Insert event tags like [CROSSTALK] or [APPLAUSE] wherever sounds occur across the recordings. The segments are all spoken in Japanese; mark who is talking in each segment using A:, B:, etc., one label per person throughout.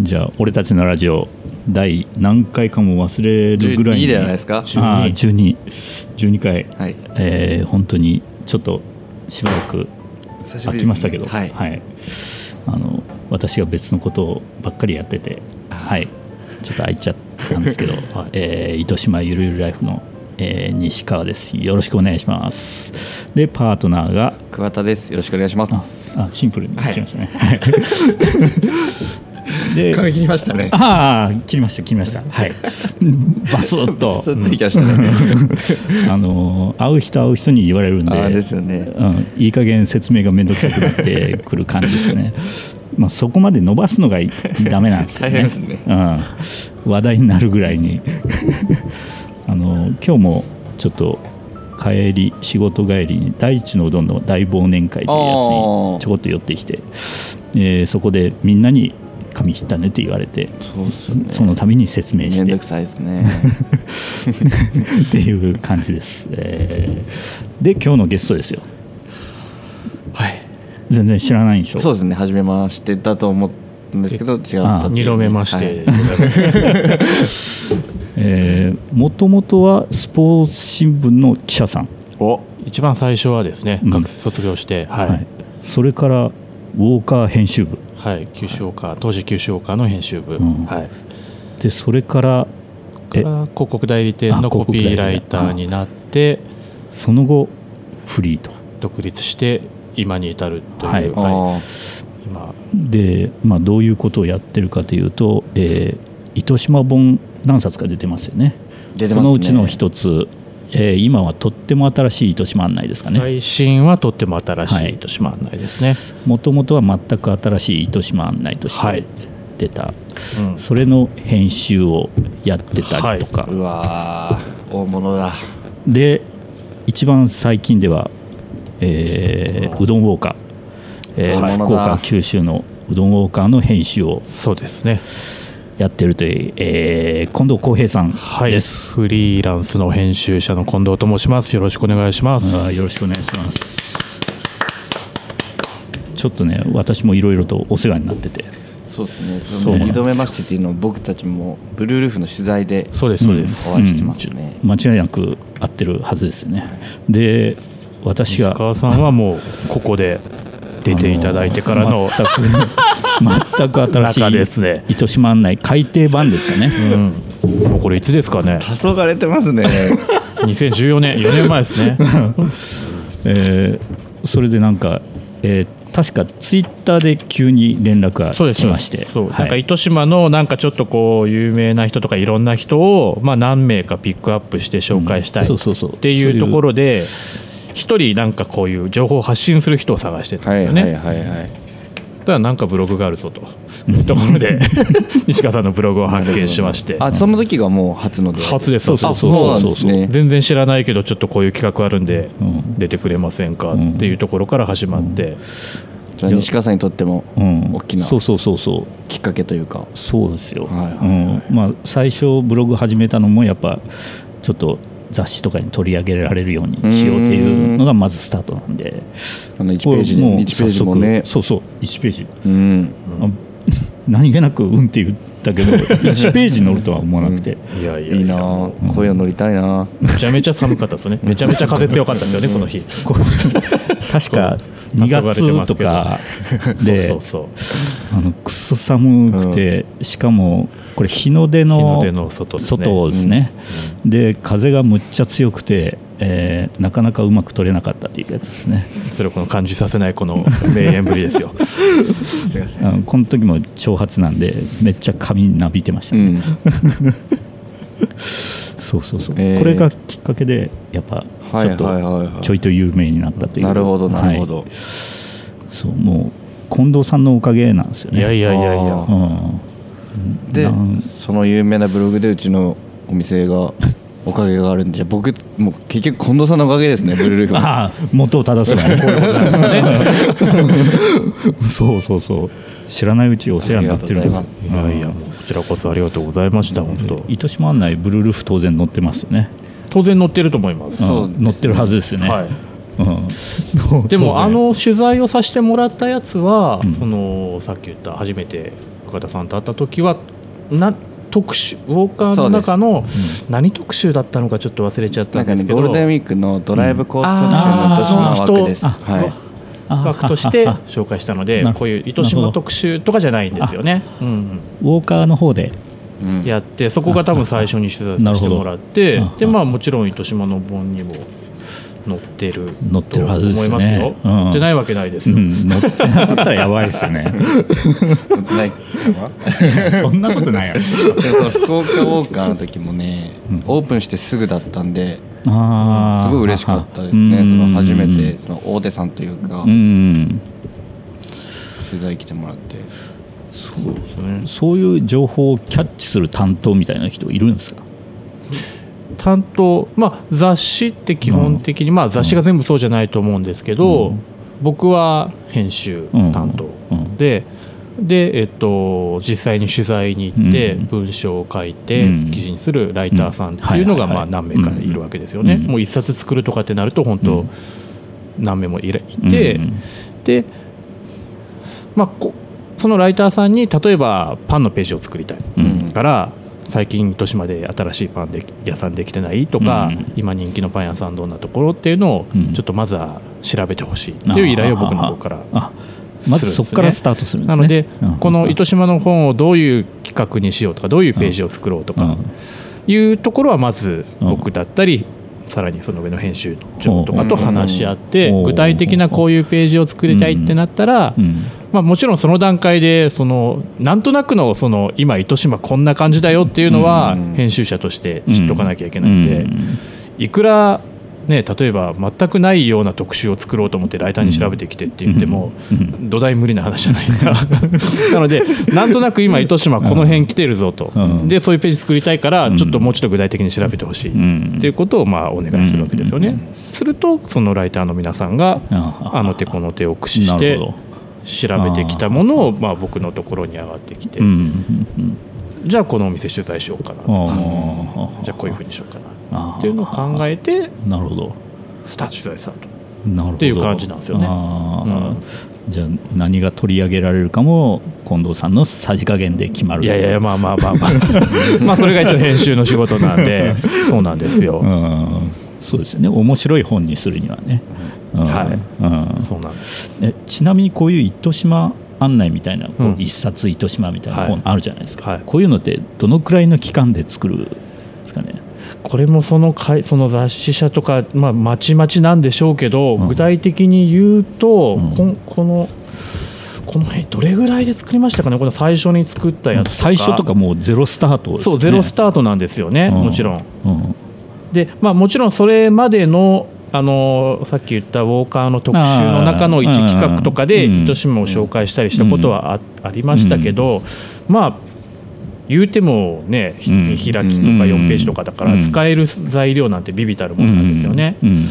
A: じゃあ俺たちのラジオ第何回かも忘れるぐらい
B: 12じゃないです
A: あ
B: か
A: あ12 12回、
B: はい
A: えー本当にちょっとしばらく
C: 久しぶ
A: 空
C: りですね
A: きましたけど、
B: はい
A: あの私が別のことをばっかりやってて、はい、ちょっと空いちゃったんです
B: [LAUGHS]
A: けど、えー糸島ゆるゆるライフの、えー西川ですよろしくお願いしますでパートナーが
B: 桑田ですよろしくお願いします
A: あシンプルに来ましたね、
B: [LAUGHS]
A: で
C: 髪切りましたね
A: ああ切りました切りましたはい [LAUGHS] バスッと
B: すっといきましたね
A: あの会う人会う人に言われるん
B: あ
A: で
B: ーですよね
A: うん、いい加減説明が面倒くさくなってくる感じです
B: [LAUGHS]
A: ねまあそこまで伸ばすのがダメなんですよね
B: 大変ですね
A: うん、話題になるぐらいに [LAUGHS] あの今日もちょっと帰り仕事帰りに大地のうどんの大忘年会というやつ
B: あ
A: に
B: ー
A: ちょこっと寄ってきて、えーそこでみんなに髪切ったねって言われて
B: そうっすね
A: そのために説明
B: め
A: し
B: ん
A: て
B: どくさいですね
A: [LAUGHS] っていう感じです、えーで今日のゲストですよ
B: はい
A: 全然知らないんでしょ
B: そうですね初めましてだと思うんですけど違ったっていう
C: 二度目まし
B: はい
C: て、
A: もともとはスポーツ新聞の記者さん、
B: お
C: 一番最初はですね、
A: うん
C: 学卒業してはい、
A: は
C: はいい
A: それからウォーカー編集部
C: 九州岡、当時九州岡の編集部、
A: うん
C: はい
A: でそれから
C: か
A: え
C: ら広告代理店
A: あ
C: の
A: 広
C: コ
A: 告代理店
C: ピーライターになって
A: その後フリーと
C: 独立して今に至るという、
A: はい
B: あ
C: は
B: ー
C: い今
A: で、まあ、どういうことをやってるかというと、えー糸島本何冊か出てますよね
B: 出てますね
A: そのうちの一つ、えー今はとっても新しい糸島案内ですかね
C: 最新はとっても新し
A: はい
C: い糸島案内ですね、
A: もともとは全く新しい糸島案内とし
C: は
A: て
C: い
A: 出た、
C: うん
A: それの編集をやってたりとか、
B: うわー大物だ
A: で一番最近では、えーうどんウォーカー、えー
B: はい
A: 福岡九州のうどんウォーカーの編集を
C: そうですね
A: やってるという、えー近藤浩平さん
C: はい
A: です、
C: フリーランスの編集者の近藤と申しますよろしくお願いします
A: あーよろしくお願いしますちょっとね私もいろいろとお世話になってて
B: そうですね
A: そ
B: そう
A: な
B: の
A: んです
B: 二度目ましてっていうのを僕たちもブルールーフの取材で
C: そうですそうです、
B: お会いしてますね
A: 間違いなく合ってるはずですねで私
C: 石
A: が
C: 川さんはもうここで出ていただいてからの、
A: 全く新
C: 中で
A: し
C: すね
A: い糸島案内改訂版ですかね、
C: うんもうこれいつですかね
B: 黄昏れてますね
C: 2014年4年前ですね
A: えーそれでなんか、えー確かツイッターで急に連絡が
C: そうです
A: 来まして
C: そう、
A: はい
C: なんか糸島のなんかちょっとこう有名な人とかいろんな人を、まあ、何名かピックアップして紹介したい
A: そうそうそう
C: っていうところで一人なんかこういう情報を発信する人を探してたん
B: は
C: で
B: い
C: す
B: は
C: よ
B: い
C: ね、
B: はいはい
C: ただなんかブログがあるぞというところで西川さんのブログを発見しまして
B: あその時がもう初の出会い
C: 初です
A: そうそうそう
C: あ
B: そうなん
A: そ
B: で
A: う
B: す
A: そう
B: ね
C: 全然知らないけどちょっとこういう企画あるんで
A: うん
C: 出てくれませんか
A: ん
C: っていうところから始まって、
B: じゃあ西川さんにとっても
A: うん
B: 大きな
A: そうそうそうそう
B: きっかけというか
A: そうですよ、
B: はいはい
A: うんまあ、最初ブログ始めたのもやっぱちょっと雑誌とかに取り上げられるようにしようっていうのがまずスタートなんで
B: あの1ページで
A: これもう
B: 1ページもね
A: 早速そうそう1ページ、
B: うん
A: あ何気なく「うん」って言った
B: [LAUGHS]
A: けど1ページ乗るとは思わなくて、
C: いやいや
B: いいなあ声を乗りたいなあ
C: めちゃめちゃ寒かったですねめちゃめちゃ風強かったんですよねこの日
A: これ確か2月とか
B: [LAUGHS]
A: で
C: そうそうそう
A: あのくそ寒くて、しかもこれ日の出の
C: 日の出の外ですね
A: 外ですねで風がむっちゃ強くて、えーなかなかうまく取れなかったっていうやつですね
C: それをこの感じさせないこの名演ぶりですよ
A: あのこの時も長髪なんでめっちゃ髪なびいてました
B: う
A: ね、
B: ん
A: そうそうそう、
B: えー
A: これがきっかけでやっぱ
B: はい
A: ちょっ
B: はいはい
A: と
B: はい
A: ちょいと有名になったという
B: なるほどなるほど、
A: はいそうもう近藤さんのおかげなんですよ
C: [LAUGHS] い
A: ね
C: やいやいやいや
B: あ
A: うん
B: で
A: なん
B: その有名なブログでうちのお店がおかげがあるんでじゃあ僕もう結局近藤さんのおかげですねブルールーフも
A: ああ元を正せばねそうそうそう知らないうちお世話になってるんで
B: ありがとうございますす
C: いやいやもうこちらこそありがとうございました本当
A: 糸島案内ブルールーフ当然載ってますよね
C: 当然載ってると思います、
B: そうん
A: 載ってるはずですよね、
C: はい
A: うん、
C: で
A: 当然
C: もあの取材をさせてもらったやつは、そのさっき言った初めて久方さんと会った時はな特集ウォーカーの中の何特集だったのかちょっと忘れちゃっ
B: な
C: た
B: ん
C: ん
B: か
C: で
B: ね
C: すけど
B: ゴールデンウィークのドライブコース特集の糸島枠です、
C: うんあー
B: はい
C: 枠として紹介したので
A: なる
C: こういう糸島特集とかじゃないんですよね、うん
A: ウォーカーの方で
B: うん
C: うん、やってそこが多分最初に取材させてもらって
A: なるほど
C: でまあもちろん糸島の本にも載ってる
A: 載ってるはずですね
C: と思いますよ、
A: うん
C: 載ってないわけないです
A: う
C: よ、
A: ん乗ってなかったらやばいですよね
B: [LAUGHS] ない
A: [LAUGHS] そんなことないよ
B: でもその福岡ウォーカーの時もね、
A: うん
B: オープンしてすぐだったんで
A: あ
B: す
A: ー
B: ごい嬉しかったですね
A: うん
B: その初めてその大手さんというか
A: うん
B: 取材来てもらって
C: そうですね
A: そういう情報をキャッチする担当みたいな人いるんですか
C: 担当、まあ、雑誌って基本的に、まあ、雑誌が全部そうじゃないと思うんですけど、
A: うん
C: 僕は編集担当
A: うん
C: で,、でえっと、実際に取材に行って
A: うん
C: 文章を書いて
A: うん
C: 記事にするライターさんっていうのが
A: うん
C: ま
A: は
C: あ
A: いはいはい
C: 何名かいるわけですよね。
A: うん
C: もう一冊作るとかってなると本
A: う
C: 当
A: ん
C: 何名もいらいて、
A: うん
C: で、まあ、こそのライターさんに例えばパンのページを作りたい、
A: うん
C: から最近豊島で新しいパンで屋さんできてないとか、
A: うん
C: 今人気のパン屋さんどんなところっていうのを
A: うん
C: ちょっとまずは調べてほしいっていう依頼を僕の方から
A: あまずそこからスタートするんで
C: な
A: す
C: の
A: ね
C: で、この糸島の本をどういう企画にしようとかどういうページを作ろうと
A: う
C: か
A: ん
C: いうところはまず
A: うん
C: 僕だったり、さらにその上の編集長とかと話し合って
A: うん
C: 具体的なこういうページを作りたいってなったら、
A: うん
C: まあ、もちろんその段階でそのなんとなくのその今糸島こんな感じだよっていうのは
B: うん
C: 編集者として知っておかなきゃいけないんで、いくら、ね、例えば全くないような特集を作ろうと思ってライターに調べてきてって言っても、
A: うん
C: 土台無理な話じゃないか
A: [LAUGHS]
C: なのでなんとなく今糸島この辺来てるぞと、
A: うん
C: でそういうページ作りたいから
A: うん
C: ちょっともうちょっと具体的に調べてほしい、
A: うん
C: っていうことをまあお願いするわけですよね。
A: うん
C: するとそのライターの皆さんが
A: あ
C: あの手この手を駆使し
A: な
C: て
A: るほど
C: 調べてきたものをまあ僕のところに上がってきて、
A: うんうん
C: じゃあこのお店取材しようかな、
A: うんああ
C: じゃあこういうふうにしようか
A: あ
C: な
A: あ
C: っていうのを考えて
A: なるほど
C: スタート取材スタート
A: なるほど
C: っていう感じなんですよね
A: ああ
C: うん
A: じゃあ何が取り上げられるかも近藤さんのさじ加減で決まる
C: いやいやいやまあまあまあまあ [LAUGHS] まあそれが一応編集の仕事なんでそうなんですよ、
A: うんそうですよね面白い本にするにはね、うん
C: は
A: うん
C: そうなんです
A: えちなみにこういう糸島案内みたいな、こう
C: うん
A: 一冊糸島みたいな
C: はい
A: 本あるじゃないですか、
C: はい
A: こういうのってどのくらいの期間で作るんですかね
C: これもその回その雑誌社とかまあまちまちなんでしょうけど、
A: うん
C: 具体的に言うと、
A: うん
C: こんこのこの辺どれぐらいで作りましたかねこの最初に作ったやつ
A: 最初とかもうゼロスタートです、ね、
C: そうゼロスタートなんですよね、
A: うん
C: もちろん。
A: うん
C: で、まあ、もちろんそれまでのあのさっき言ったウォーカーの特集の中の
A: あ
C: 一
A: ー
C: 企画とかで
A: うん
C: 糸島を紹介したりしたことはあ,、ありましたけど、まあ言うてもね、ひ
A: うん
C: 見開きとか4ページとかだから、
A: うん
C: 使える材料なんてビビたるものなんですよね。
A: うん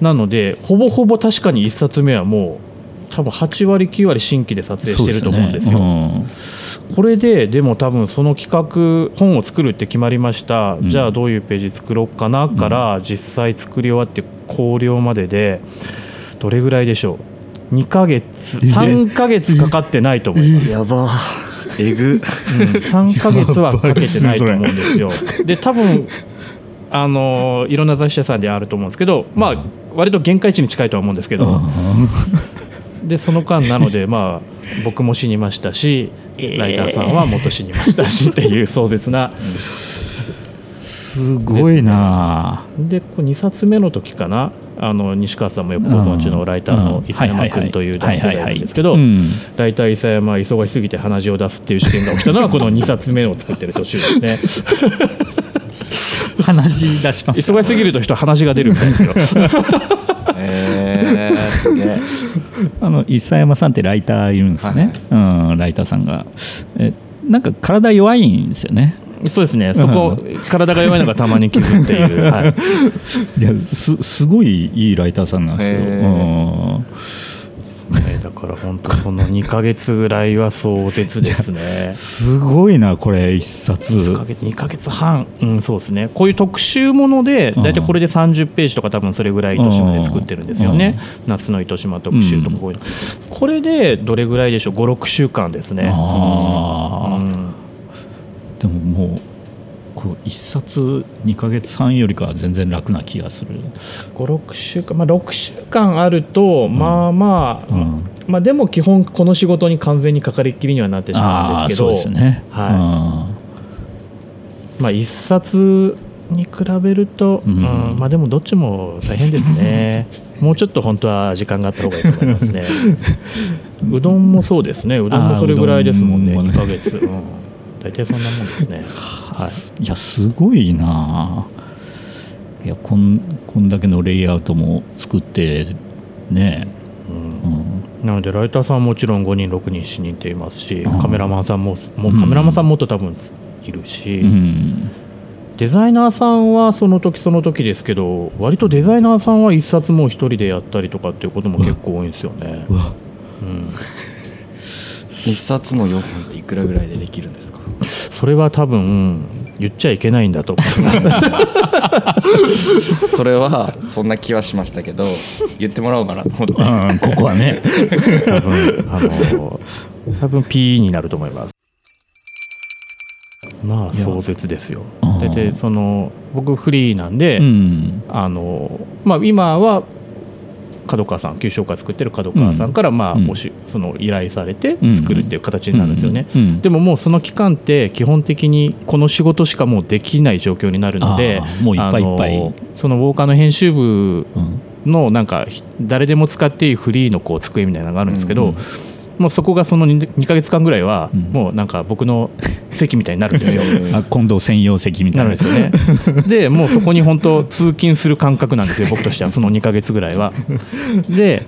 C: なのでほぼほぼ確かに1冊目はもう多分8割9割新規で撮影してると思うんですよ。これででも多分その企画本を作るって決まりました、
A: ん
C: じゃあどういうページ作ろうかなから、実際作り終わって考慮まででどれぐらいでしょう2ヶ月3ヶ月かかってないと思います、
B: やばえぐ
C: うん3ヶ月はかけてないと思うんですよで多分あのーいろんな雑誌社さんであると思うんですけどまあ割と限界値に近いとは思うんですけど、でその間なのでまあ僕も死にましたしライターさんは元死にましたしっていう壮絶な
A: すごいな
C: でこ2冊目の時かなあの西川さんもよくご存知のライターの伊佐山君という男性がいるんですけどライター伊佐山は忙しすぎて鼻血を出すっていう事件が起きたのはこの2冊目を作ってる途中ですね
A: 話し出します
C: 忙しすぎると人は鼻血が出るみたいですよ
B: [LAUGHS] えー、すげえ
A: [LAUGHS] あの伊佐山さんってライターいるんですよね、うん、ライターさんがえなんか体弱いんですよね
C: [LAUGHS] そうですねそこ体が弱いのがたまに気づくって [LAUGHS] いう、はい、
A: いやすすごいいいライターさんなんですよ、
B: へ
A: うん
C: ねだから本当この2か月ぐらいは壮絶ですね
A: すごいなこれ一冊
C: 2ヶ月2ヶ月半、うん、そうですねこういう特集もので
A: うん
C: 大体これで30ページとか多分それぐらい糸島で作ってるんですよね、夏の糸島特集とかこういうの、これでどれぐらいでしょう56週間ですね
A: あ
C: うん
A: でももうこう一冊2か月半よりかは全然楽な気がする、
C: 56週間まあ6週間あると、まあまあ、
A: うん、
C: まあでも基本この仕事に完全にかかりっきりにはなってしまうん
A: あ
C: で
A: あ
C: すけど
A: そうですね
C: はい
A: うん
C: まあ一冊に比べると、
A: う
C: うんんまあでもどっちも大変で
A: [LAUGHS]
C: すねもうちょっと本当は時間があった方がいいと思いますねうどんもそうですねうどんもそれぐらいですもんね
A: あーうどんもね
C: 2ヶ月、うん、大体そんなもんで
A: [LAUGHS]
C: すねはい
A: いやすごいなあいやこんこんだけのレイアウトも作ってねうん
C: なのでライターさんはもちろん5人6人7人っていますし
A: あー
C: カメラマンさんももう
A: うん
C: カメラマンさんもっと多分いるし、 [LAUGHS]
A: うん
C: デザイナーさんはその時その時ですけど割とデザイナーさんは一冊もう一人でやったりとかっていうことも結構多いんですよね
A: う、わ
C: うん、
B: 一冊の予算っていくらぐらいでできるんですか
C: それは多分言っちゃいけないんだと思います
B: それはそんな気はしましたけど言ってもらおうかなと思って
A: うんここは
C: [LAUGHS]
A: ね
C: 多分あの多分 P になると思いますまあ
A: いや
C: 壮絶ですよ
A: あー
C: 大体その僕フリーなんで、
A: うん
C: あのまあ、今は角川さん旧紹介作ってる角川さんから、まあ
A: うん
C: おしその依頼されて
A: うん
C: 作るっていう形になるんですよね、
A: うんうん
C: でももうその期間って基本的にこの仕事しかもうできない状況になるので
A: あーもういっぱいいっぱい
C: あのそのウォーカーの編集部
A: うん
C: のなんかひ誰でも使っていいフリーのこう机みたいなのがあるんですけど、
A: うんうん
C: もうそこがその 2, 2ヶ月間ぐらいは
A: うん
C: もうなんか僕の [LAUGHS] 席みたいになる
A: [LAUGHS]
C: んですよ。
A: あ今度専用席みた
C: ないるん
A: な
C: ですよねでもうそこに本当通勤する感覚なんですよ僕としてはその2ヶ月ぐらいはで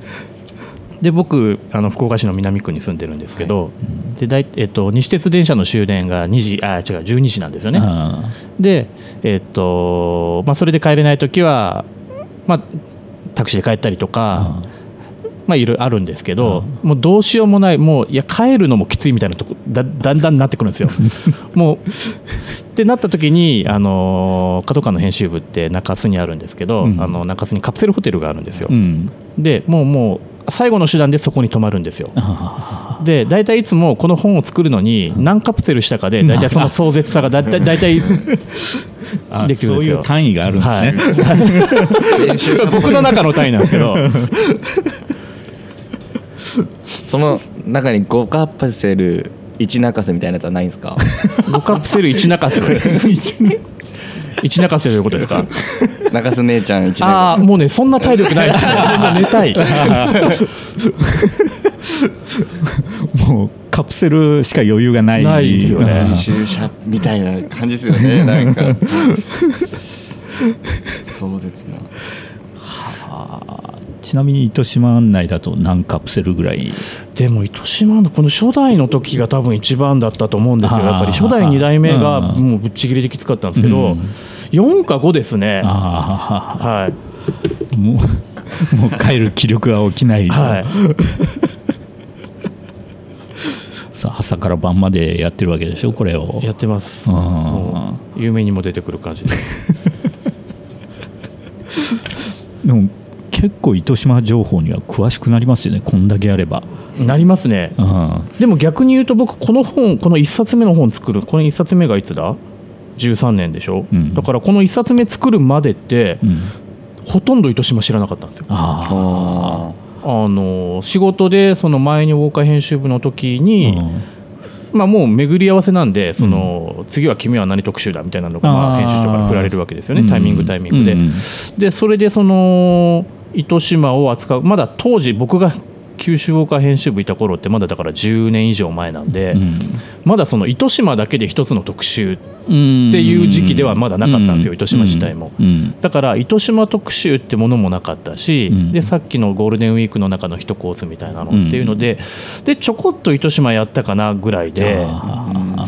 C: で僕あの福岡市の南区に住んでるんですけど、でだいえっと、西鉄電車の終電が2時あ違う12時なんですよね、
A: あ
C: で、えっとまあ、それで帰れない時は、まあ、タクシーで帰ったりとか、まあ、いろいろあるんですけど、もうどうしようもないもういや帰るのもきついみたいなとこだだんだんなってくるんですよ。
A: [LAUGHS]
C: もうってなった時にあの角川の編集部って中洲にあるんですけど、
A: うん
C: あの中洲にカプセルホテルがあるんですよ。
A: ーうん
C: でもうもう最後の手段でそこに泊まるんですよ。
A: あ
C: で大体いつもこの本を作るのに何カプセルしたかで大体
A: [LAUGHS]
C: その壮絶さがだいたい大体
A: ーあ
C: できる
A: そ
C: ん
A: う
C: です
A: い
C: よ
A: う単位があるんですね、
C: 僕の中の単位なんですけど
A: [LAUGHS]
B: その中に5カプセル1泣かせみたいなやつはないんですか
C: 5カプセル1
A: [LAUGHS]
C: 中セル1中セルということですか
B: 泣かす姉ちゃん1泣
C: あ
B: か
C: あもうねそんな体力ないですもう寝たい
A: もうカプセルしか余裕がない
C: ないですよね
B: せ注射みたいな感じですよ [LAUGHS] ねなんか壮絶な
A: ちなみに糸島案内だと何カプセルぐらい
C: [LAUGHS] でも糸島のこの初代の時が多分一番だったと思うんですよ
A: あー
C: やっぱり初代2代目が
A: うん
C: もうぶっちぎりできつかったんですけど、
A: うん
C: 4か5ですね
A: あ
C: はい
A: あもうもう帰る気力が起きない、
C: はい
A: さ朝から晩までやってるわけでしょこれを
C: やってます
A: うん
C: もう有名にも出てくる感じです
A: でも結構糸島情報には詳しくなりますよねこんだけあれば、
C: なりますね
A: うん、
C: でも逆に言うと僕この本この1冊目の本作るこの1冊目がいつだ13年でしょ、
A: うん
C: だからこの1冊目作るまでって、
A: うん
C: ほとんど糸島知らなかったんですよ
A: あ
B: あ
C: あの仕事でその前にウォーカー編集部の時
A: あ、
C: に、
A: うん
C: まあ、もう巡り合わせなんでその、次は君は何特集だみたいなのがまあ
A: あー
C: 編集長から振られるわけですよ
A: う
C: ね
A: ん
C: タイミングタイミングで、
A: うん
C: でそれでその糸島を扱うまだ当時僕が九州ウォーカー編集部いた頃ってまだだから10年以上前なんで、まだその糸島だけで一つの特集
A: うん
C: っていう時期ではまだなかったんですよ
A: う
C: 糸島自体も
A: うん
C: だから糸島特集ってものもなかったし、
A: うん
C: でさっきのゴールデンウィークの中の一コースみたいなの
A: うん
C: っていうので、でちょこっと糸島やったかなぐらいで
A: ああ
B: あ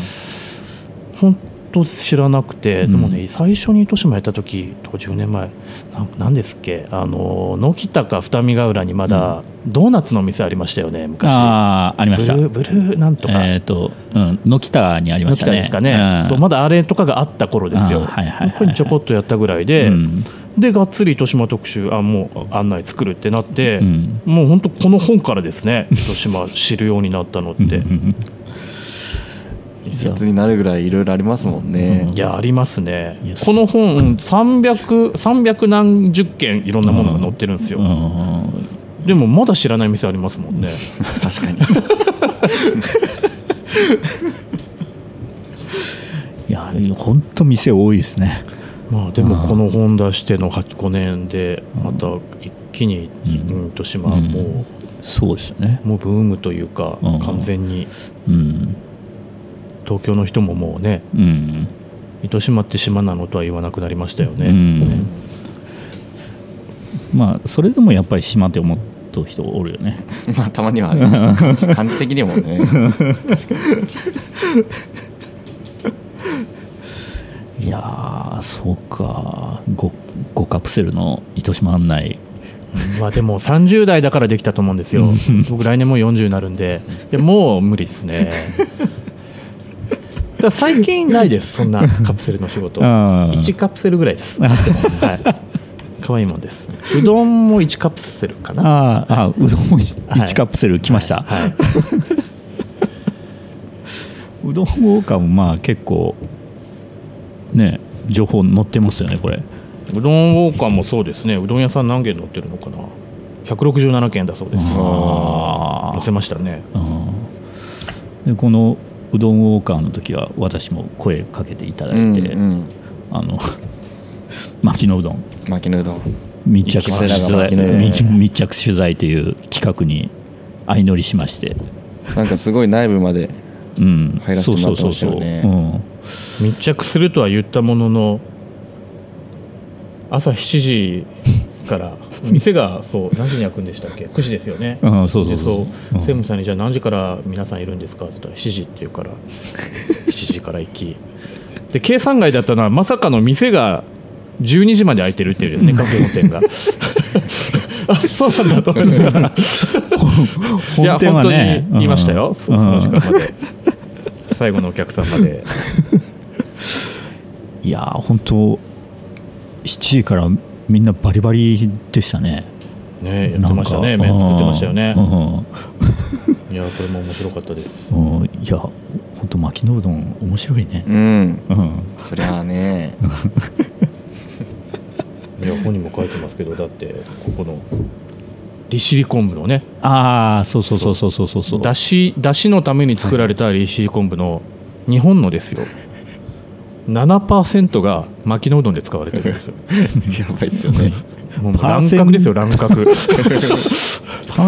C: 本と知らなくて、でも
A: う
C: ね最初に糸島やった時とか10年前なんなんですっけあの軒高二見ヶ浦にまだドーナツの店ありましたよね昔
A: ああありま
C: ブ
A: し
C: ル
A: た
C: ーブルーなんとか、
A: えっ、と、うん、軒田にありま
C: 軒
A: した
C: 高
A: ね
C: ですかね、
A: うん
C: そうまだあれとかがあった頃ですよ
A: あーはいはいはいはい
C: これちょこっとやったぐらいで、
A: うん
C: でがっつり糸島特集あもう案内作るってなって、
A: うん
C: もう本当この本からですね糸島知るようになったのって、
A: うんうん
B: 一説になるぐらいいろいろありますもんね
C: いやありますね
A: いやそ
C: この本300 300何十件いろんなものが載ってるんですよ、
A: うんうん
C: でもまだ知らない店ありますも
A: [LAUGHS]
C: んね
B: 確 [LAUGHS] かに
A: いや本当店多いですね
C: まあでもこの本出しての5年でまた一気に
A: うん
C: 糸島はもう、
A: うんそうですよね
C: もうブームというか、
A: うん
C: 完全に
A: うん
C: 東京の人ももうね
A: うん
C: 糸島って島なのとは言わなくなりましたよね、
A: うんまあそれでもやっぱり島って思った人おるよね
B: まあたまにはあれ感じ的にもね
A: いやーそうか 5, 5カプセルの糸島案内
C: まあでも30代だからできたと思うんですよ僕来年もう40になるんでいやもう無理です [LAUGHS] ねだから最近ないですそんなカプセルの仕事
A: あー
C: 1カプセルぐらいですはい可愛いもんですうどんも1カプセルかな
A: あーあーうどんも
C: はい
A: 1カプセル来ました、
C: はい、
A: うどんウォーカーもまあ結構ね情報載ってますよねこれ
C: うどんウォーカーもそうですねうどん屋さん何軒載ってるのかな167軒だそうです
A: あー
C: 載せましたね
A: でこのうどんウォーカーの時は私も声かけていただいて、
B: うん
A: あの [LAUGHS] 牧野うどん
B: 巻きのうどん
A: 密着取
B: 生き方が
A: 材
B: 牧野うどん
A: 密密着取材という企画に相乗りしまして、
B: なんかすごい内部まで
A: うん、
B: 入らせてもらってましたよね
A: そうそうそうそう
C: 密着するとは言ったものの朝7時から店がそう何時に開くんでしたっけ9時ですよね
A: うん、うん、そうそう
C: で
A: そう
C: そう専
A: うん
C: 務さんに「じゃあ何時から皆さんいるんですか?」って言ったら「7時」って言うから7時から行きで計算外だったのはまさかの店が12時まで開いてるっていうですねカフェの店
A: [LAUGHS]
C: があそうなんだと思いながらいや
A: 本店はね
C: 本当にいましたよ、その時
A: うん
C: 間まで最後のお客さんまで
A: いやー本当7時からみんなバリバリでしたね
C: ねやってましたね麺作ってましたよね
A: う
C: いやこれも面白かったです
A: んうんうんいや本当牧野うどん面白いね
B: うん
A: うん
B: そりゃあね
C: いや本にも書いてますけどだってここの利尻昆布のね
A: ああそうそうそうそうそうそうそう
C: だしだしのために作られた利尻昆布の日本
A: [LAUGHS]
C: のですよ7%が薪のうどんで使われてるんですよ
B: [LAUGHS] やばいっすよね
C: もう
A: パー
C: 乱
A: セン
C: 獲ですよ
A: [LAUGHS]
C: 乱獲
A: パ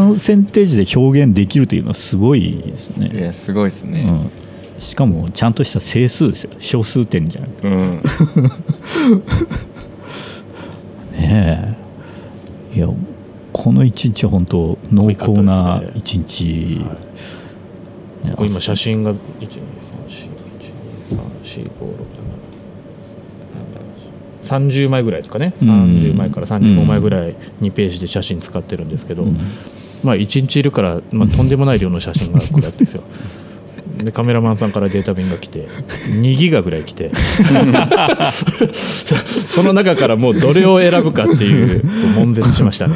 A: ーセンテージで表現できるというのはすごいです
B: い
A: ね、
B: やすごいっす
A: う
B: ね
A: ん、しかもちゃんとした整数ですよ小数点じゃなく
B: うん
A: てねえいやこの一日は本当濃厚な一日、ね
C: 今写
A: 朝
C: 真が1 2 3 4 1 2 3 4 5 6 7 30枚ぐらいですかね
A: うん
C: 30枚から35枚ぐらい2ページで写真使ってるんですけど、
A: うん
C: まあ、1日いるから、まあ、とんでもない量の写真がこれあってですよでカメラマンさんからデータ便が来て2ギガぐらい来てその中からもうどれを選ぶかっていう悶絶しましたね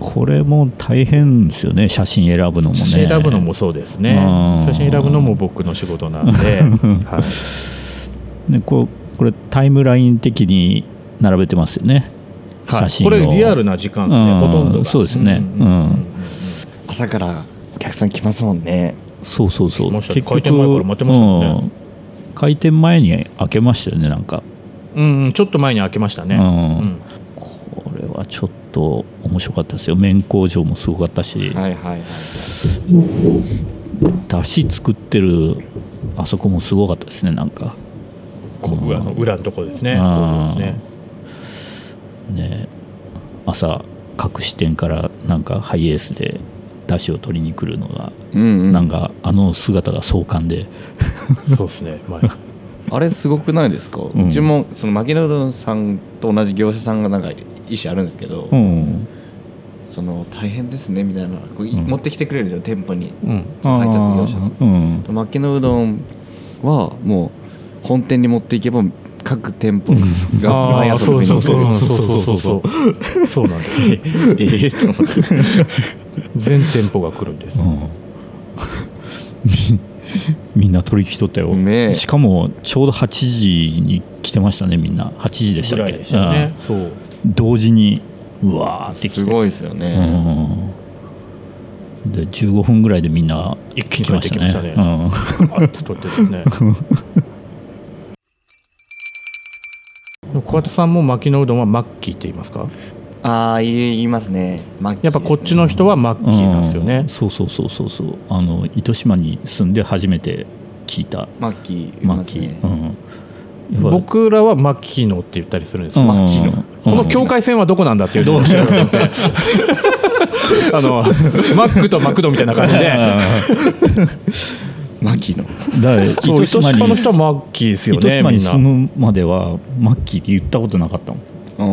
A: これも大変ですよね写真選ぶのもね
C: 写真選ぶのもそうですね
A: うん
C: 写真選ぶのも僕の仕事なんで、はい、
A: ねこうこれタイムライン的に並べてますよね、
C: はい
A: 写真を
C: これリアルな時間です
A: う
C: ね
A: ん
C: ほとんどが
A: そうですね
C: んんん
A: うん
B: 朝からお客さん来ますもんね
A: そうそうそう
C: 来ましたね開店前から待ってましたもんね
A: うん開店前に開けましたよねなんか
C: うんうんちょっと前に開けましたね、
A: うん
C: うん
A: これはちょっと面白かったですよ麺工場もすごかったし、
B: はいはいはい
A: だし作ってるあそこもすごかったですねなんか
C: 昆布があの裏のところですね
A: うん
C: そうですね
A: ね朝各支店からなんかハイエースでだしを取りに来るのが、
B: うんうん
A: なんかあの姿が壮観で
C: そうですね、まあ、
B: あれすごくないですか、うんちもその牧野うどんさんと同じ業者さんがなんか意思あるんですけど、
A: うん
B: その大変ですねみたいなこうい
A: うん
B: 持ってきてくれるんですよ店舗に、
C: うん
B: その配達業者さん
A: あーうん [LAUGHS]
B: マキノうどんはもう本店に持っていけば各店舗 [LAUGHS] が毎
C: あー
B: 朝食
C: そ
B: べ
C: う
B: に
C: そう
B: 行って
C: そうそうそうそうそうそうなんです
B: ええと思って
C: 全店舗が来るんです
A: うんみんな取引取ったよ、
B: ねえ
A: しかもちょうど8時に来てましたねみんな8時でし
C: ぐ
A: たっ
C: らい
A: け
C: でしたねそう
A: うん同時にうわーって来て
B: すごいですよ
A: う
B: ね、
A: んで15分ぐらいでみんな
C: 一気
A: 来
C: に帰っ
A: ま
C: て
A: し
C: き
A: た
C: ま
A: ね
C: したねあって撮ってです
A: [LAUGHS]
C: ねでも小型さんも巻きのうどんはマッキーって言いますか
B: ああ言いますねマッキー
C: やっぱこっちの人はマッ
A: うん
C: キーなんですよね
A: うん、そうそうそうそうそうあの糸島に住んで初めて聞いた
B: マッキーい
A: マ
B: ま
A: ッ
B: す
A: キ
B: ね
A: ー、うん、やっぱ
C: 僕らはマッキーノって言ったりするんです
A: う
C: よ、
A: ん
B: マッキーの
A: うん
C: この境界線はどこなんだっていうどうしようあのマックとマクドみたいな感じで
B: マッキーの
A: だから
C: [LAUGHS] そ
A: 糸島
C: う糸島
A: に
C: の人はマッキーですよ
A: 糸
C: ね
A: 島に
C: みん
A: 住
C: な
A: むまではマッキーって言ったことなかったもん、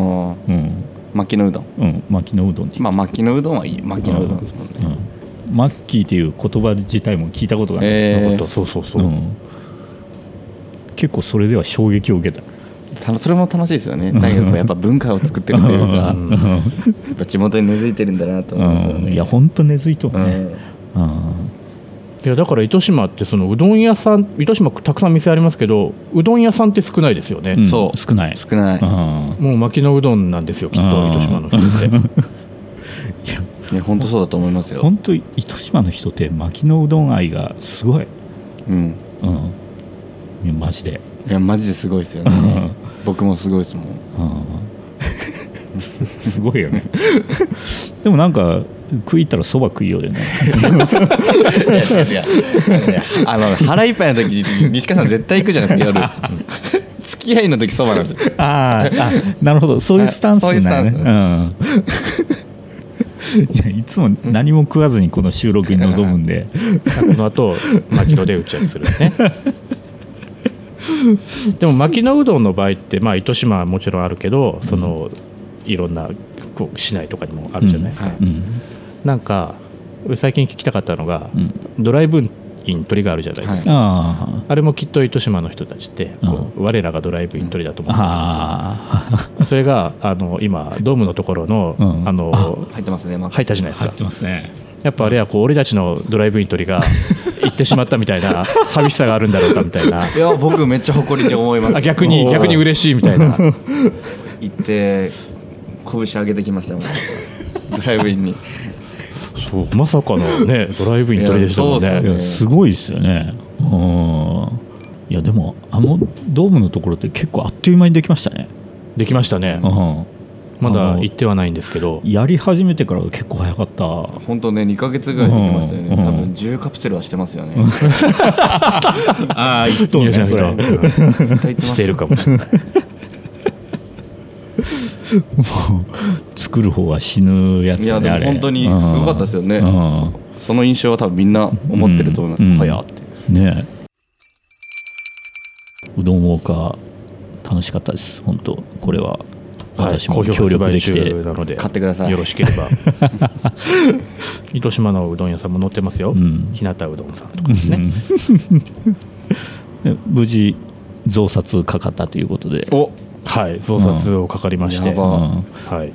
B: う
A: う
B: ん
A: ん
B: マッキーのうどん
A: うん、マキノうどんって言
B: まあマッキーのうどんはいいマッキーのうどんですもんね、
A: う、うん、マッキーっていう言葉自体も聞いたことがない、
B: えー
C: なかったそうそうそう、
A: うん、結構それでは衝撃を受けた
B: たそれも楽しいですよ [LAUGHS] ね何かこうやっぱ文化を作ってるというかや
C: ん
B: っぱ地元に根付いてるんだなと思いますよ
A: うん、
B: ね
A: いや本当根付いとるね、うん
C: いやだから糸島ってそのうどん屋さん糸島たくさん店ありますけどうどん屋さんって少ないですよね、
A: うん
B: そう
A: 少ない
B: 少ない、
A: うん
C: もう薪のうどんなんですよきっと
A: うん
C: 糸島の人って
B: ね本当そうだと思いますよ、
A: 本当糸島の人って薪のうどん愛がすごい、
B: うん、
A: うんいや、マジで、
B: いやマジですごいですよね僕もすごいですもん
A: うんすごいよねでもなんか食い入ったらそば食いようよね
B: いや違う違うあの腹いっぱいの時に西川さん絶対行くじゃないですか [LAUGHS] 夜付き合いの時そばなんですよ
A: あーあなるほどそういうスタンスなんやね、うん、い [LAUGHS] やいつも何も食わずにこの収録に臨むんで
C: この後薪ので打ち合いするんですねでも薪のうどんの場合って、まあ、糸島はもちろんあるけどその、いろんなこう市内とかにもあるじゃないですか、
B: はい
A: うん
C: なんか最近聞きたかったのが、
A: うん
C: ドライブイン鳥があるじゃないですか、
B: はい
A: あ
C: あれもきっと糸島の人たちってこう、我らがドライブイン鳥だと
A: ー
C: 思ってたん
A: あー
C: ですよそれがあの今ドームのところの,、
A: うん
C: あの
B: 入ってますね、まあ、
C: 入ったじゃないです
A: 入
C: か
A: ってますね
C: やっぱあれはこう俺たちのドライブイン鳥 [LAUGHS] が行ってしまったみたいな寂しさがあるんだろうかみたいない
B: や僕めっちゃ誇りに思います
C: あ [LAUGHS] 逆に
B: おー
C: 逆に嬉しいみたいな
B: 行って拳上げてきましたも [LAUGHS] んドライブインに
C: そうまさかのねドライブイン鳥でしたもん
B: いや
A: い
B: そう
C: ね
B: っ
A: やすごいですよねうんいやでもあのドームのところって結構あっという間にできましたね、
C: できましたね
A: うん、
C: ま
A: あ
C: だ
A: の
C: 行ってはないんですけど
A: やり始めてから結構早かった
B: 本当ね2か月ぐらいできましたよね、
A: うん
B: 多分10カプセルはしてますよね、
A: ああ一
C: 宮島さんがうん
B: 絶対行ってますよ
C: してるかも
A: 作る方は死ぬやつ
B: い
A: だ
B: や
A: ね
B: で
A: あ
B: も
A: れ
B: 本当にすごかったですよね、
A: うん
B: その印象は多分みんな思ってると思います、
A: うん
B: 早っって
A: うんねえうどんウォーカー楽しかったです本当これは
C: はい
A: 私も
C: 好評
A: 協
C: 発
A: 力
C: 売
A: できて、
C: 中なので
B: 買ってください
C: よろしければ [LAUGHS] 糸島のうどん屋さんも載ってますよ、
A: ん
C: 日向うどんさんとかですね、
A: で無事増刷かかったということで
B: お
C: はい増刷をかかりまして、
B: うんやば
C: はい、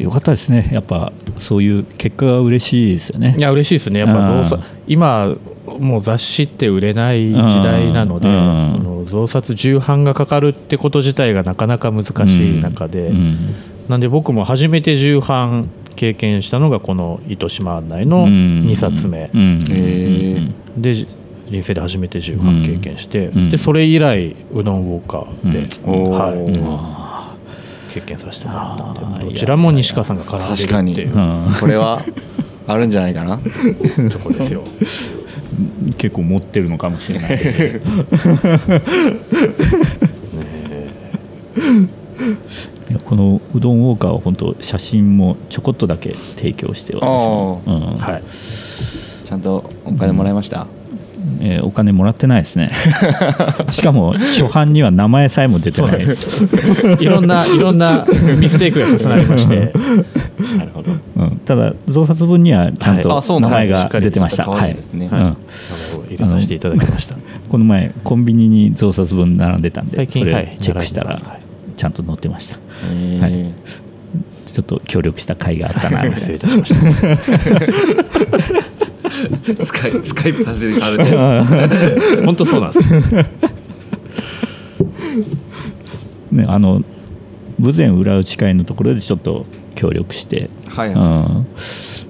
A: よかったですねやっぱそういう結果が嬉しいですよね
C: [LAUGHS] いや嬉しいですねやっぱ増
A: うん
C: 刷今もう雑誌って売れない時代なので、
A: うん
C: その増刷重版がかかるってこと自体がなかなか難しい中で、
A: うん
C: なんで僕も初めて重版経験したのがこの糸島案内の
A: うん
C: 2冊目、
A: うん
B: えー
C: でじ人生で初めて重版経験して、
A: ん
C: でそれ以来うどんウォーカーで、
B: うんおー
C: はい
A: あ
C: 経験させてもらったん
A: あ
C: で
A: ー
C: どちらも西川さんが絡んでるって
A: ーう
C: い
A: ん
B: これはあるんじゃないかな
C: うところですよ。
A: 結構持ってるのかもしれないけど [LAUGHS] いやこのうどんウォーカーは本当写真もちょこっとだけ提供して私も、うん
C: はい
B: ちゃんとお金もらいました、
A: うえーお金もらってないです
C: [LAUGHS]
A: ねしかも初版には名前さえも出てない
C: [LAUGHS] いろんないろんなミステイクが重なりまして
B: なるほど
A: うん、ただ増刷分にはちゃんと
B: はいあそう
A: 名
B: なんだ
A: 前が出てました、
B: ちょっと
A: は
B: 変わ
A: い
B: るんですね
A: うん
C: 入れさせていただきました
A: [LAUGHS] この前コンビニに増刷分並んでたんで
C: 最近
A: そ
C: はい
A: れチェックしたら
C: 並んでますは
A: ちゃんと載ってました
B: えー
A: ちょっと協力した甲斐があったなみたい
C: [LAUGHS]
A: な
C: 失礼いたしました
B: 使い使いっ走りされてる
C: 本当そうなんです [LAUGHS]
A: ね、あの豊前裏打ち会のところでちょっと協力して、
B: はい
A: うん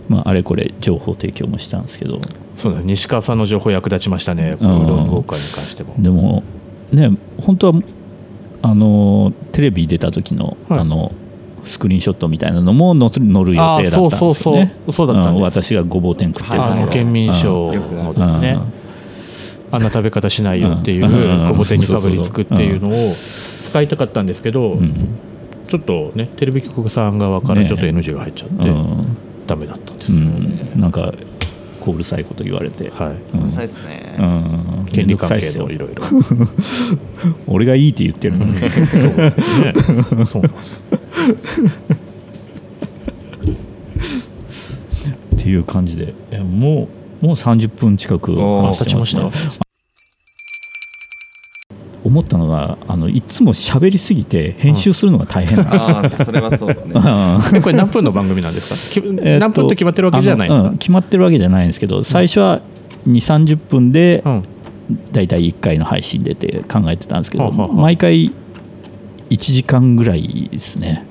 A: まあ、あれこれ情報提供もしたんですけど
C: そうなんです西川さんの情報役立ちましたねこのうどん業界に関しても
A: でもね本当はあのテレビ出た時の,、
C: はい
A: あのスクリーンショットみたいなのも載る載る予定だったんですよね
C: あーそうそうそうそうだったんです
A: 私がごぼう天食ってるとこ
C: あ
A: ろ
C: の県民賞
B: よくあ
C: の
B: る
C: ですねあんな食べ方しないよっていう
A: うん
C: ごぼ天にかぶりつくっていうのを使いたかったんですけど
A: うん
C: ちょっとねテレビ局さん側からちょっと
A: ね
C: NG が入っちゃっ
A: う
C: て
A: ん
C: ダメだったんです
A: う
C: よ
A: ん、なんかコールサイこと言われて、
C: は
A: う
C: い
A: ん
B: そうですね
A: うんめ
C: 権利関
A: んどくさいっ
C: 係
A: す
C: の
A: よ
C: いろいろ
A: 俺がいいって言ってるの
C: [LAUGHS]
A: に
C: ね [LAUGHS] そうなんです
A: っていう感じでえもうもう30分近く
B: お
A: 話
B: ー
A: してますね
B: 経ちまし
A: 思ったのはあのいつも喋りすぎて編集するのが大変なんです、
B: ああそれはそうですね
A: [LAUGHS]
C: [LAUGHS] でこれ何分の番組なんですかき
A: えー
C: 何分って決まってるわけじゃないん
A: あ
C: です
A: の
C: か
A: うん決まってるわけじゃないんですけど最初は2 3 0分で
C: うん
A: だいたい1回の配信でって考えてたんですけど、
C: はあはあ
A: 毎回1時間ぐらいですね、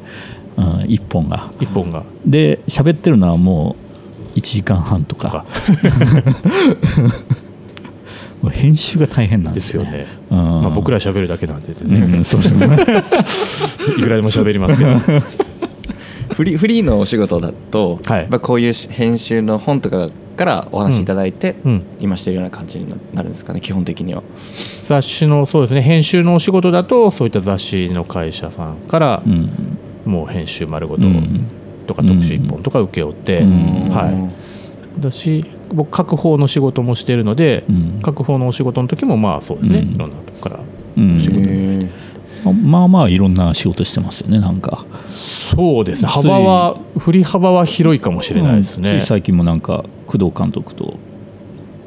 A: うん、1本が
C: 一本が
A: で喋ってるのはもう1時間半とか [LAUGHS] もう編集が大変なん
C: で
A: ですす
C: よ
A: よ
C: ね
A: ね。
C: まあ、僕
A: ら、
C: ら喋るだけなんで
A: う
C: ね、
A: ん、そうです
C: [LAUGHS]
A: ね
C: いくらでも喋りますけど
B: フリーフリーのお仕事だと、
C: はい
B: やっぱこういう編集の本とかからお話しいただいて、
C: うん
B: 今してるような感じになるんですかね基本的には
C: 雑誌のそうですね編集のお仕事だとそういった雑誌の会社さんから
A: うん
C: もう編集丸ごと
A: うん
C: とか特集1本とか請け負って、
A: うん
C: は
B: う
C: い、だし僕各方の仕事もしてるので、
A: うん
C: 各方のお仕事の時もまあそうですね、
A: うん
C: いろんなとこから
A: うん
B: んへえ
A: まあまあまあいろんな仕事してますよねなんか
C: そうですね幅は振り幅は広いかもしれないです
A: うん
C: ね
A: つい、最近もなんか工藤監督と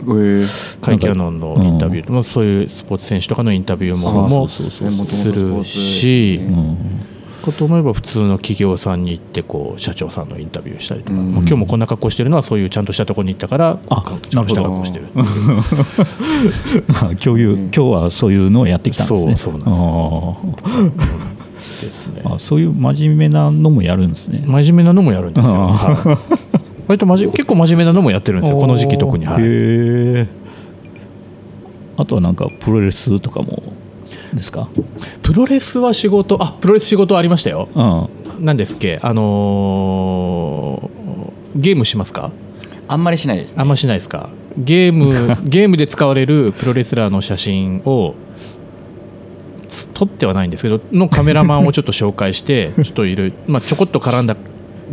B: へえ
C: カイキャノンのインタビューも、そういうスポーツ選手とかのインタビューものも
A: そうそう
B: ね元々スポーツ
C: するし
B: う
A: うんん
C: かと思えば普通の企業さんに行ってこう社長さんのインタビューしたりとか、
B: うん
C: まあ今日もこんな格好してるのはそういうちゃんとしたところに行ったから
A: あ
C: ちゃんとした格好してるっていう
A: あ [LAUGHS] 共有今日はそういうのをやってきたんですね
C: そうそうなんですですね
A: あーあそういう真面目なのもやるんですね
C: 真面目なのもやるんですよ、
A: あ
C: はい割と真面結構真面目なのもやってるんですよこの時期特に、はい
A: へーあとはなんかプロレスとかもですか
C: プロレスは仕事あプロレス仕事ありましたよ
A: うん
C: 何ですっけあのーゲームしますか
B: あんまりしないですね
C: あんましないですかゲ
A: [LAUGHS]
C: ームゲームで使われるプロレスラーの写真をつ撮ってはないんですけどのカメラマンをちょっと紹介して
A: [LAUGHS]
C: ちょっといる、まあ、ちょこっと絡んだ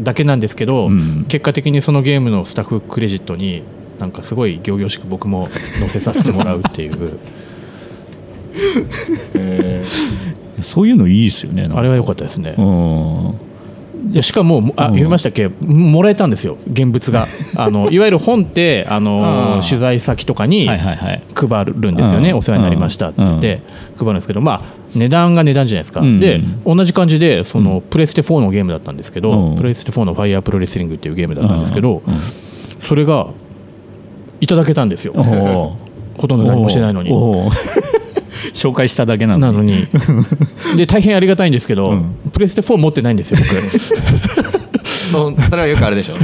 C: だけなんですけど、
A: うん
C: 結果的にそのゲームのスタッフクレジットになんかすごい仰々しく僕も載せさせてもらう
A: [LAUGHS]
C: っていう
B: へえ
A: そういうのいいですよねなんか
C: あれは良かったですね
A: う。ん
C: いやしかもあ
A: うん
C: 言いましたっけもらえたんですよ現
A: [LAUGHS]
C: 物があのいわゆる本ってあの
A: あー
C: 取材先とかに
A: はいはいはい
C: 配るんですよね、
A: うん
C: お世話になりましたって言って配るんですけど、まあ、値段が値段じゃないですか、
A: うん
C: で同じ感じでそのプレステ4のゲームだったんですけど、
A: うん
C: プレステ4の「ファイヤープロレスリング」っていうゲームだったんですけど、
A: うん
C: それがいただけたんですよ、
A: おー
C: [LAUGHS] ほとんど何もしてないのに。
A: おー [LAUGHS] 紹介しただけな
C: な
A: の
C: の
A: に
C: にで大変ありがたいんですけど、
A: うん
C: プレステ4持ってないんですよ、僕。 [LAUGHS]
B: そそれはよくあれでしょ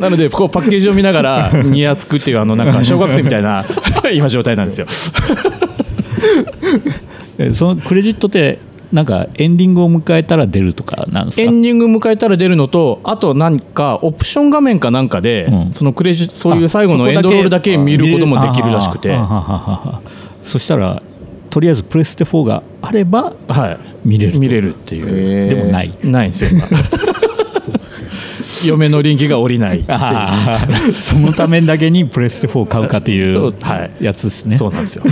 C: なので、こうパッケージを見ながら、ニヤつくっていう、あのなんか小学生みたいな [LAUGHS] 今、状態なんですよ。
A: えそのクレジットってなんかエンディングを迎えたら出るとかなんですか
C: エンディング迎えたら出るのと、あと何かオプション画面かなんかで、
A: うん
C: そのクレジット、そういう最後の
A: あ
C: エンドロールだけ見ることもできるらしくて、
A: あー
C: は
A: はははそしたらとりあえずプレステ4があれば
C: い、
A: 見れる
C: 見れるっていう、
B: へー
A: [LAUGHS] でもない
C: ないんですよ、今。嫁の倫理が下りないっていう
A: あー [LAUGHS] そのためだけにプレステ4買うかっていうやつですね。
C: そうなんですよ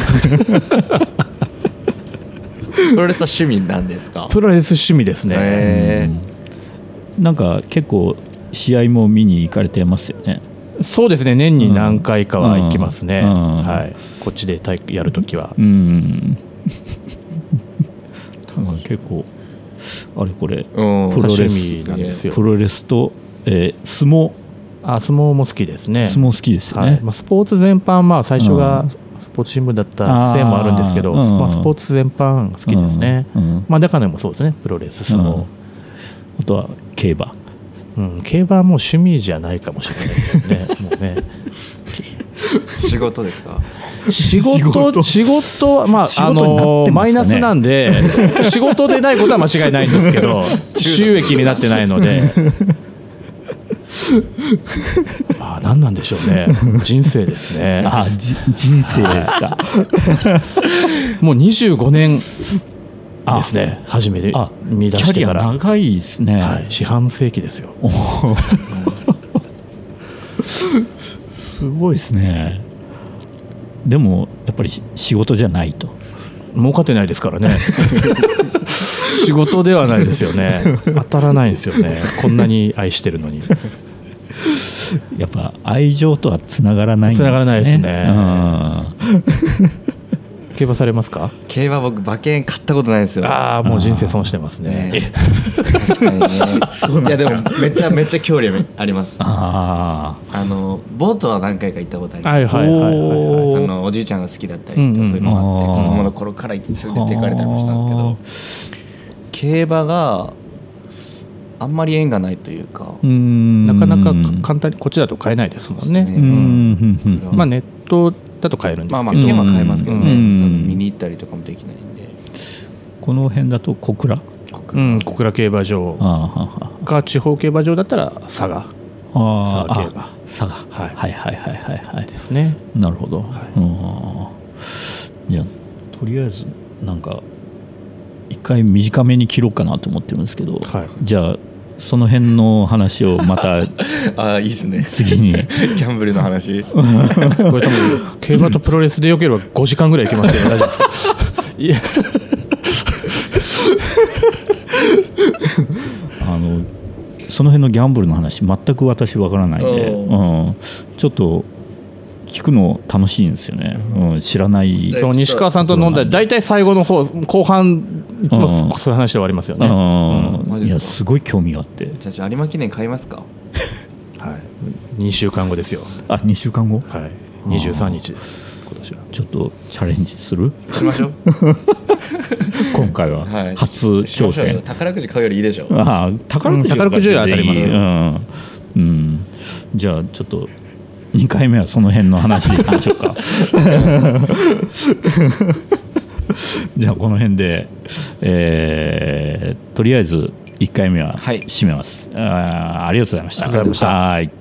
B: プロレスは趣味なんですか
C: プロレス趣味ですね
B: へ
A: なんか結構試合も見に行かれてますよね。
C: そうですね年に何回かは行きますね、
A: うんうん
C: はい、こっちで体育やるときは
A: うん。なんか結構あれこれ
B: えうん
A: プロレス
C: 趣味なんですよ
A: プロレスと、えー相撲
C: あ相撲も好きですね
A: 相撲好きですよ
C: はい
A: ね
C: ま。あ、スポーツ全般、まあ、最初
A: う
C: が
A: ん
C: スポーツ新聞だったせいもあるんですけど、
A: あーうん
C: まあ、スポーツ全般好きですね、
A: うんうん
C: まあ、中でもそうですねプロレス相撲、
A: あとは競馬。
C: うん競馬はもう趣味じゃないかもしれないですよね
A: [LAUGHS]
C: もうね
B: 仕事ですか
C: 仕事仕
A: 事
C: 事はまあ、
A: 仕
C: あ
A: 事になってますかね
C: のマイナスな
A: [LAUGHS]
C: んで仕事でないことは間違いないんですけど収益になってない
A: [LAUGHS]
C: のでまあ何なんでしょうね人生で
A: [LAUGHS]
C: すね
A: あじ人生ですか。
C: もう25年ですね初め
A: [LAUGHS]
C: て
A: あ
C: 見出してから、
A: キャリア長いですね。
C: はい、四半世紀ですよ
A: すごいですね。でもやっぱりし仕事じゃないと。
C: 儲かってないです [LAUGHS] からね仕事ではないですよね当たらないですよねこんなに愛してるのに
A: やっぱ愛情とはつながらないんですね。
C: つながらないですね
A: ね。
C: 競馬されますか
B: 競馬僕馬券買ったことないんですよ
C: ああもう人生損してます
B: ね
C: ね
B: 確かにねいやでもめちゃめちゃ興味あります
A: あ
B: あのボートは何回か行ったことあります、
C: はいはいはいはいはい
A: おー
B: あのおじいちゃんが好きだったり、
C: うんうん
B: そういうのもあって
A: あー
B: 子供の頃から連れて
A: あ。
B: 行かれたりもしたんですけど競馬があんまり縁がないというか、
A: うーん
C: なかなかか簡単にこっちだと買えないですもん
B: そう
C: ね
A: う
B: で
A: んうんうんうん
C: まあネットだと買えるんで
B: まあ
C: す
B: ま
C: け
B: あ
C: ど、
B: 券は買えますけどね、
A: うん
B: なんか見に行ったりとかもできないんで
A: この辺だと小倉。あ
C: うん、小倉競馬場
A: あ
C: か地方競馬場だったら佐賀
A: あああ
C: 佐賀競
A: あ佐賀。
C: はい
A: はいはいはいはいはい
C: ですね
A: なるほど。うんじゃあとりあえずなんか一回短めに切ろうかなと思ってるんですけど、
C: はい
A: じゃあその辺の話をま
B: [LAUGHS]
A: た
B: ああいいですね [LAUGHS]
A: 次に。
B: ギャンブルの話
C: これ多分競馬とプロレスでよければ5時間ぐらいいけますけ [LAUGHS] ど大丈夫ですかいや
A: あのその辺のギャンブルの話全く私わからないで、
B: お
A: うん、ちょっと聞くの楽しいんですよね、うん、知らない、
B: え
C: そう西川さんと飲んだら大体最後の方後半いつもそういう話で終わりますよね、は
A: う
B: うんマ
A: ん、
B: ジ
A: い
B: っすか
A: やすごい興味があって
B: じゃあじゃあ有馬記念買いますか
C: い、2週間後ですよ、
A: あ2週間後
C: はい、23日です今年は
A: ちょっとチャレンジす
B: [LAUGHS]
A: る
B: しましょう
A: 今回は
B: はい
A: 初
B: しま
A: 挑
B: しょうよ
A: 戦、
B: 宝くじ買うよりいいでしょ
A: ああ宝くじ
C: うん宝くじより当たりますよ
A: うん、うんじゃあちょっと2回目はその辺の話でいきましょう
C: [LAUGHS]
A: かじゃあこの辺で、えーとりあえず1回目は
B: はい
A: 締めます、あーありがとうございました
C: ありがとうございました
A: はい